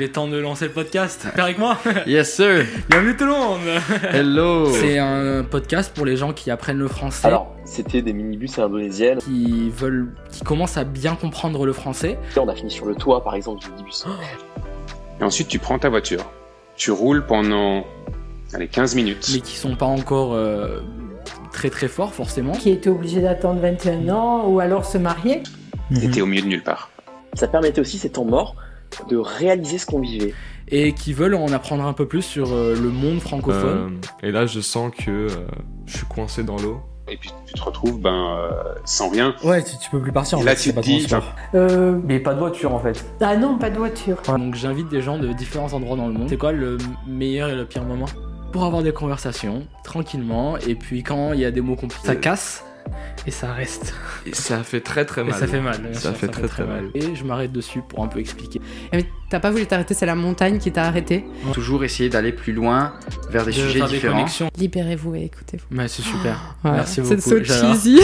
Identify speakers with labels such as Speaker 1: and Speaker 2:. Speaker 1: Il est temps de lancer le podcast. T'es avec moi
Speaker 2: Yes sir,
Speaker 1: Bienvenue tout le monde
Speaker 2: hello.
Speaker 1: C'est un podcast pour les gens qui apprennent le français,
Speaker 3: Alors, c'était des minibus à l'indonésienne.
Speaker 1: qui veulent, qui commencent à bien comprendre le français.
Speaker 3: Là, on a fini sur le toit, par exemple, du minibus.
Speaker 4: Et ensuite, tu prends ta voiture. Tu roules pendant allez, 15 minutes.
Speaker 1: mais qui sont pas encore euh, très très forts forcément.
Speaker 5: qui était obligé d'attendre 21 ans ou alors se marier.
Speaker 4: T'es au milieu de nulle part.
Speaker 3: Ça permettait aussi, ces temps morts, de réaliser ce qu'on vivait.
Speaker 1: et qui veulent en apprendre un peu plus sur euh, le monde francophone.
Speaker 6: Euh, et là, je sens que euh, je suis coincé dans l'eau.
Speaker 4: Et puis, tu te retrouves ben, euh, sans rien.
Speaker 7: Ouais, tu, tu peux plus partir. En
Speaker 4: Et là,
Speaker 7: fait,
Speaker 4: tu
Speaker 7: c'est
Speaker 4: te
Speaker 7: pas
Speaker 4: dis,
Speaker 7: construit.
Speaker 5: Euh,
Speaker 8: Mais pas de voiture en fait.
Speaker 5: ah non, pas de voiture.
Speaker 1: Donc j'invite des gens de différents endroits dans le monde. C'est quoi le meilleur et le pire moment Pour avoir des conversations tranquillement et puis quand il y a des mots compliqués, ça casse et ça reste.
Speaker 6: Et ça fait très très
Speaker 1: Et
Speaker 6: mal.
Speaker 1: ça fait mal. bien
Speaker 6: Ça
Speaker 1: sûr,
Speaker 6: fait très, très mal.
Speaker 1: Et je m'arrête dessus pour un peu expliquer.
Speaker 9: Eh, Mais t'as pas voulu t'arrêter, c'est la montagne qui t'a arrêté.
Speaker 2: Toujours essayer d'aller plus loin vers des
Speaker 1: de
Speaker 2: sujets
Speaker 1: faire des
Speaker 2: différents.
Speaker 1: connexions.
Speaker 9: Libérez-vous et écoutez-vous.
Speaker 1: Mais Bah, c'est super.
Speaker 9: Voilà.
Speaker 1: Merci
Speaker 9: C'est
Speaker 1: beaucoup,
Speaker 9: so
Speaker 1: j'adore.
Speaker 9: cheesy.